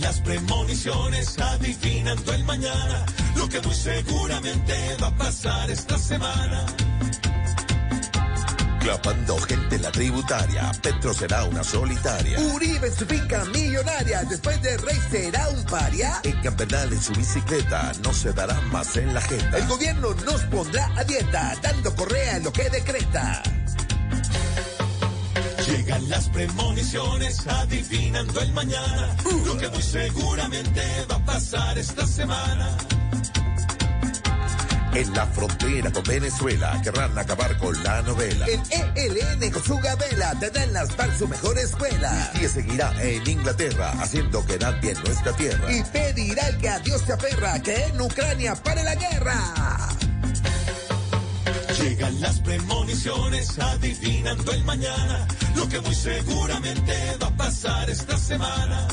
las premoniciones adivinando el mañana, lo que muy seguramente va a pasar esta semana. Clapando gente en la tributaria, Petro será una solitaria. Uribe en su finca millonaria, después de Rey será un paria. En Campernal en su bicicleta, no se dará más en la jeta. El gobierno nos pondrá a dieta, dando correa en lo que decreta. Llegan las premoniciones adivinando el mañana, uh. lo que muy seguramente va a pasar esta semana. En la frontera con Venezuela querrán acabar con la novela. En ELN con su gabela tendrán las par su mejor escuela. Y seguirá en Inglaterra haciendo que nadie en nuestra tierra. Y pedirá el que a Dios se aferra que en Ucrania pare la guerra. Llegan las premoniciones adivinando el mañana, lo que muy seguramente va a pasar esta semana.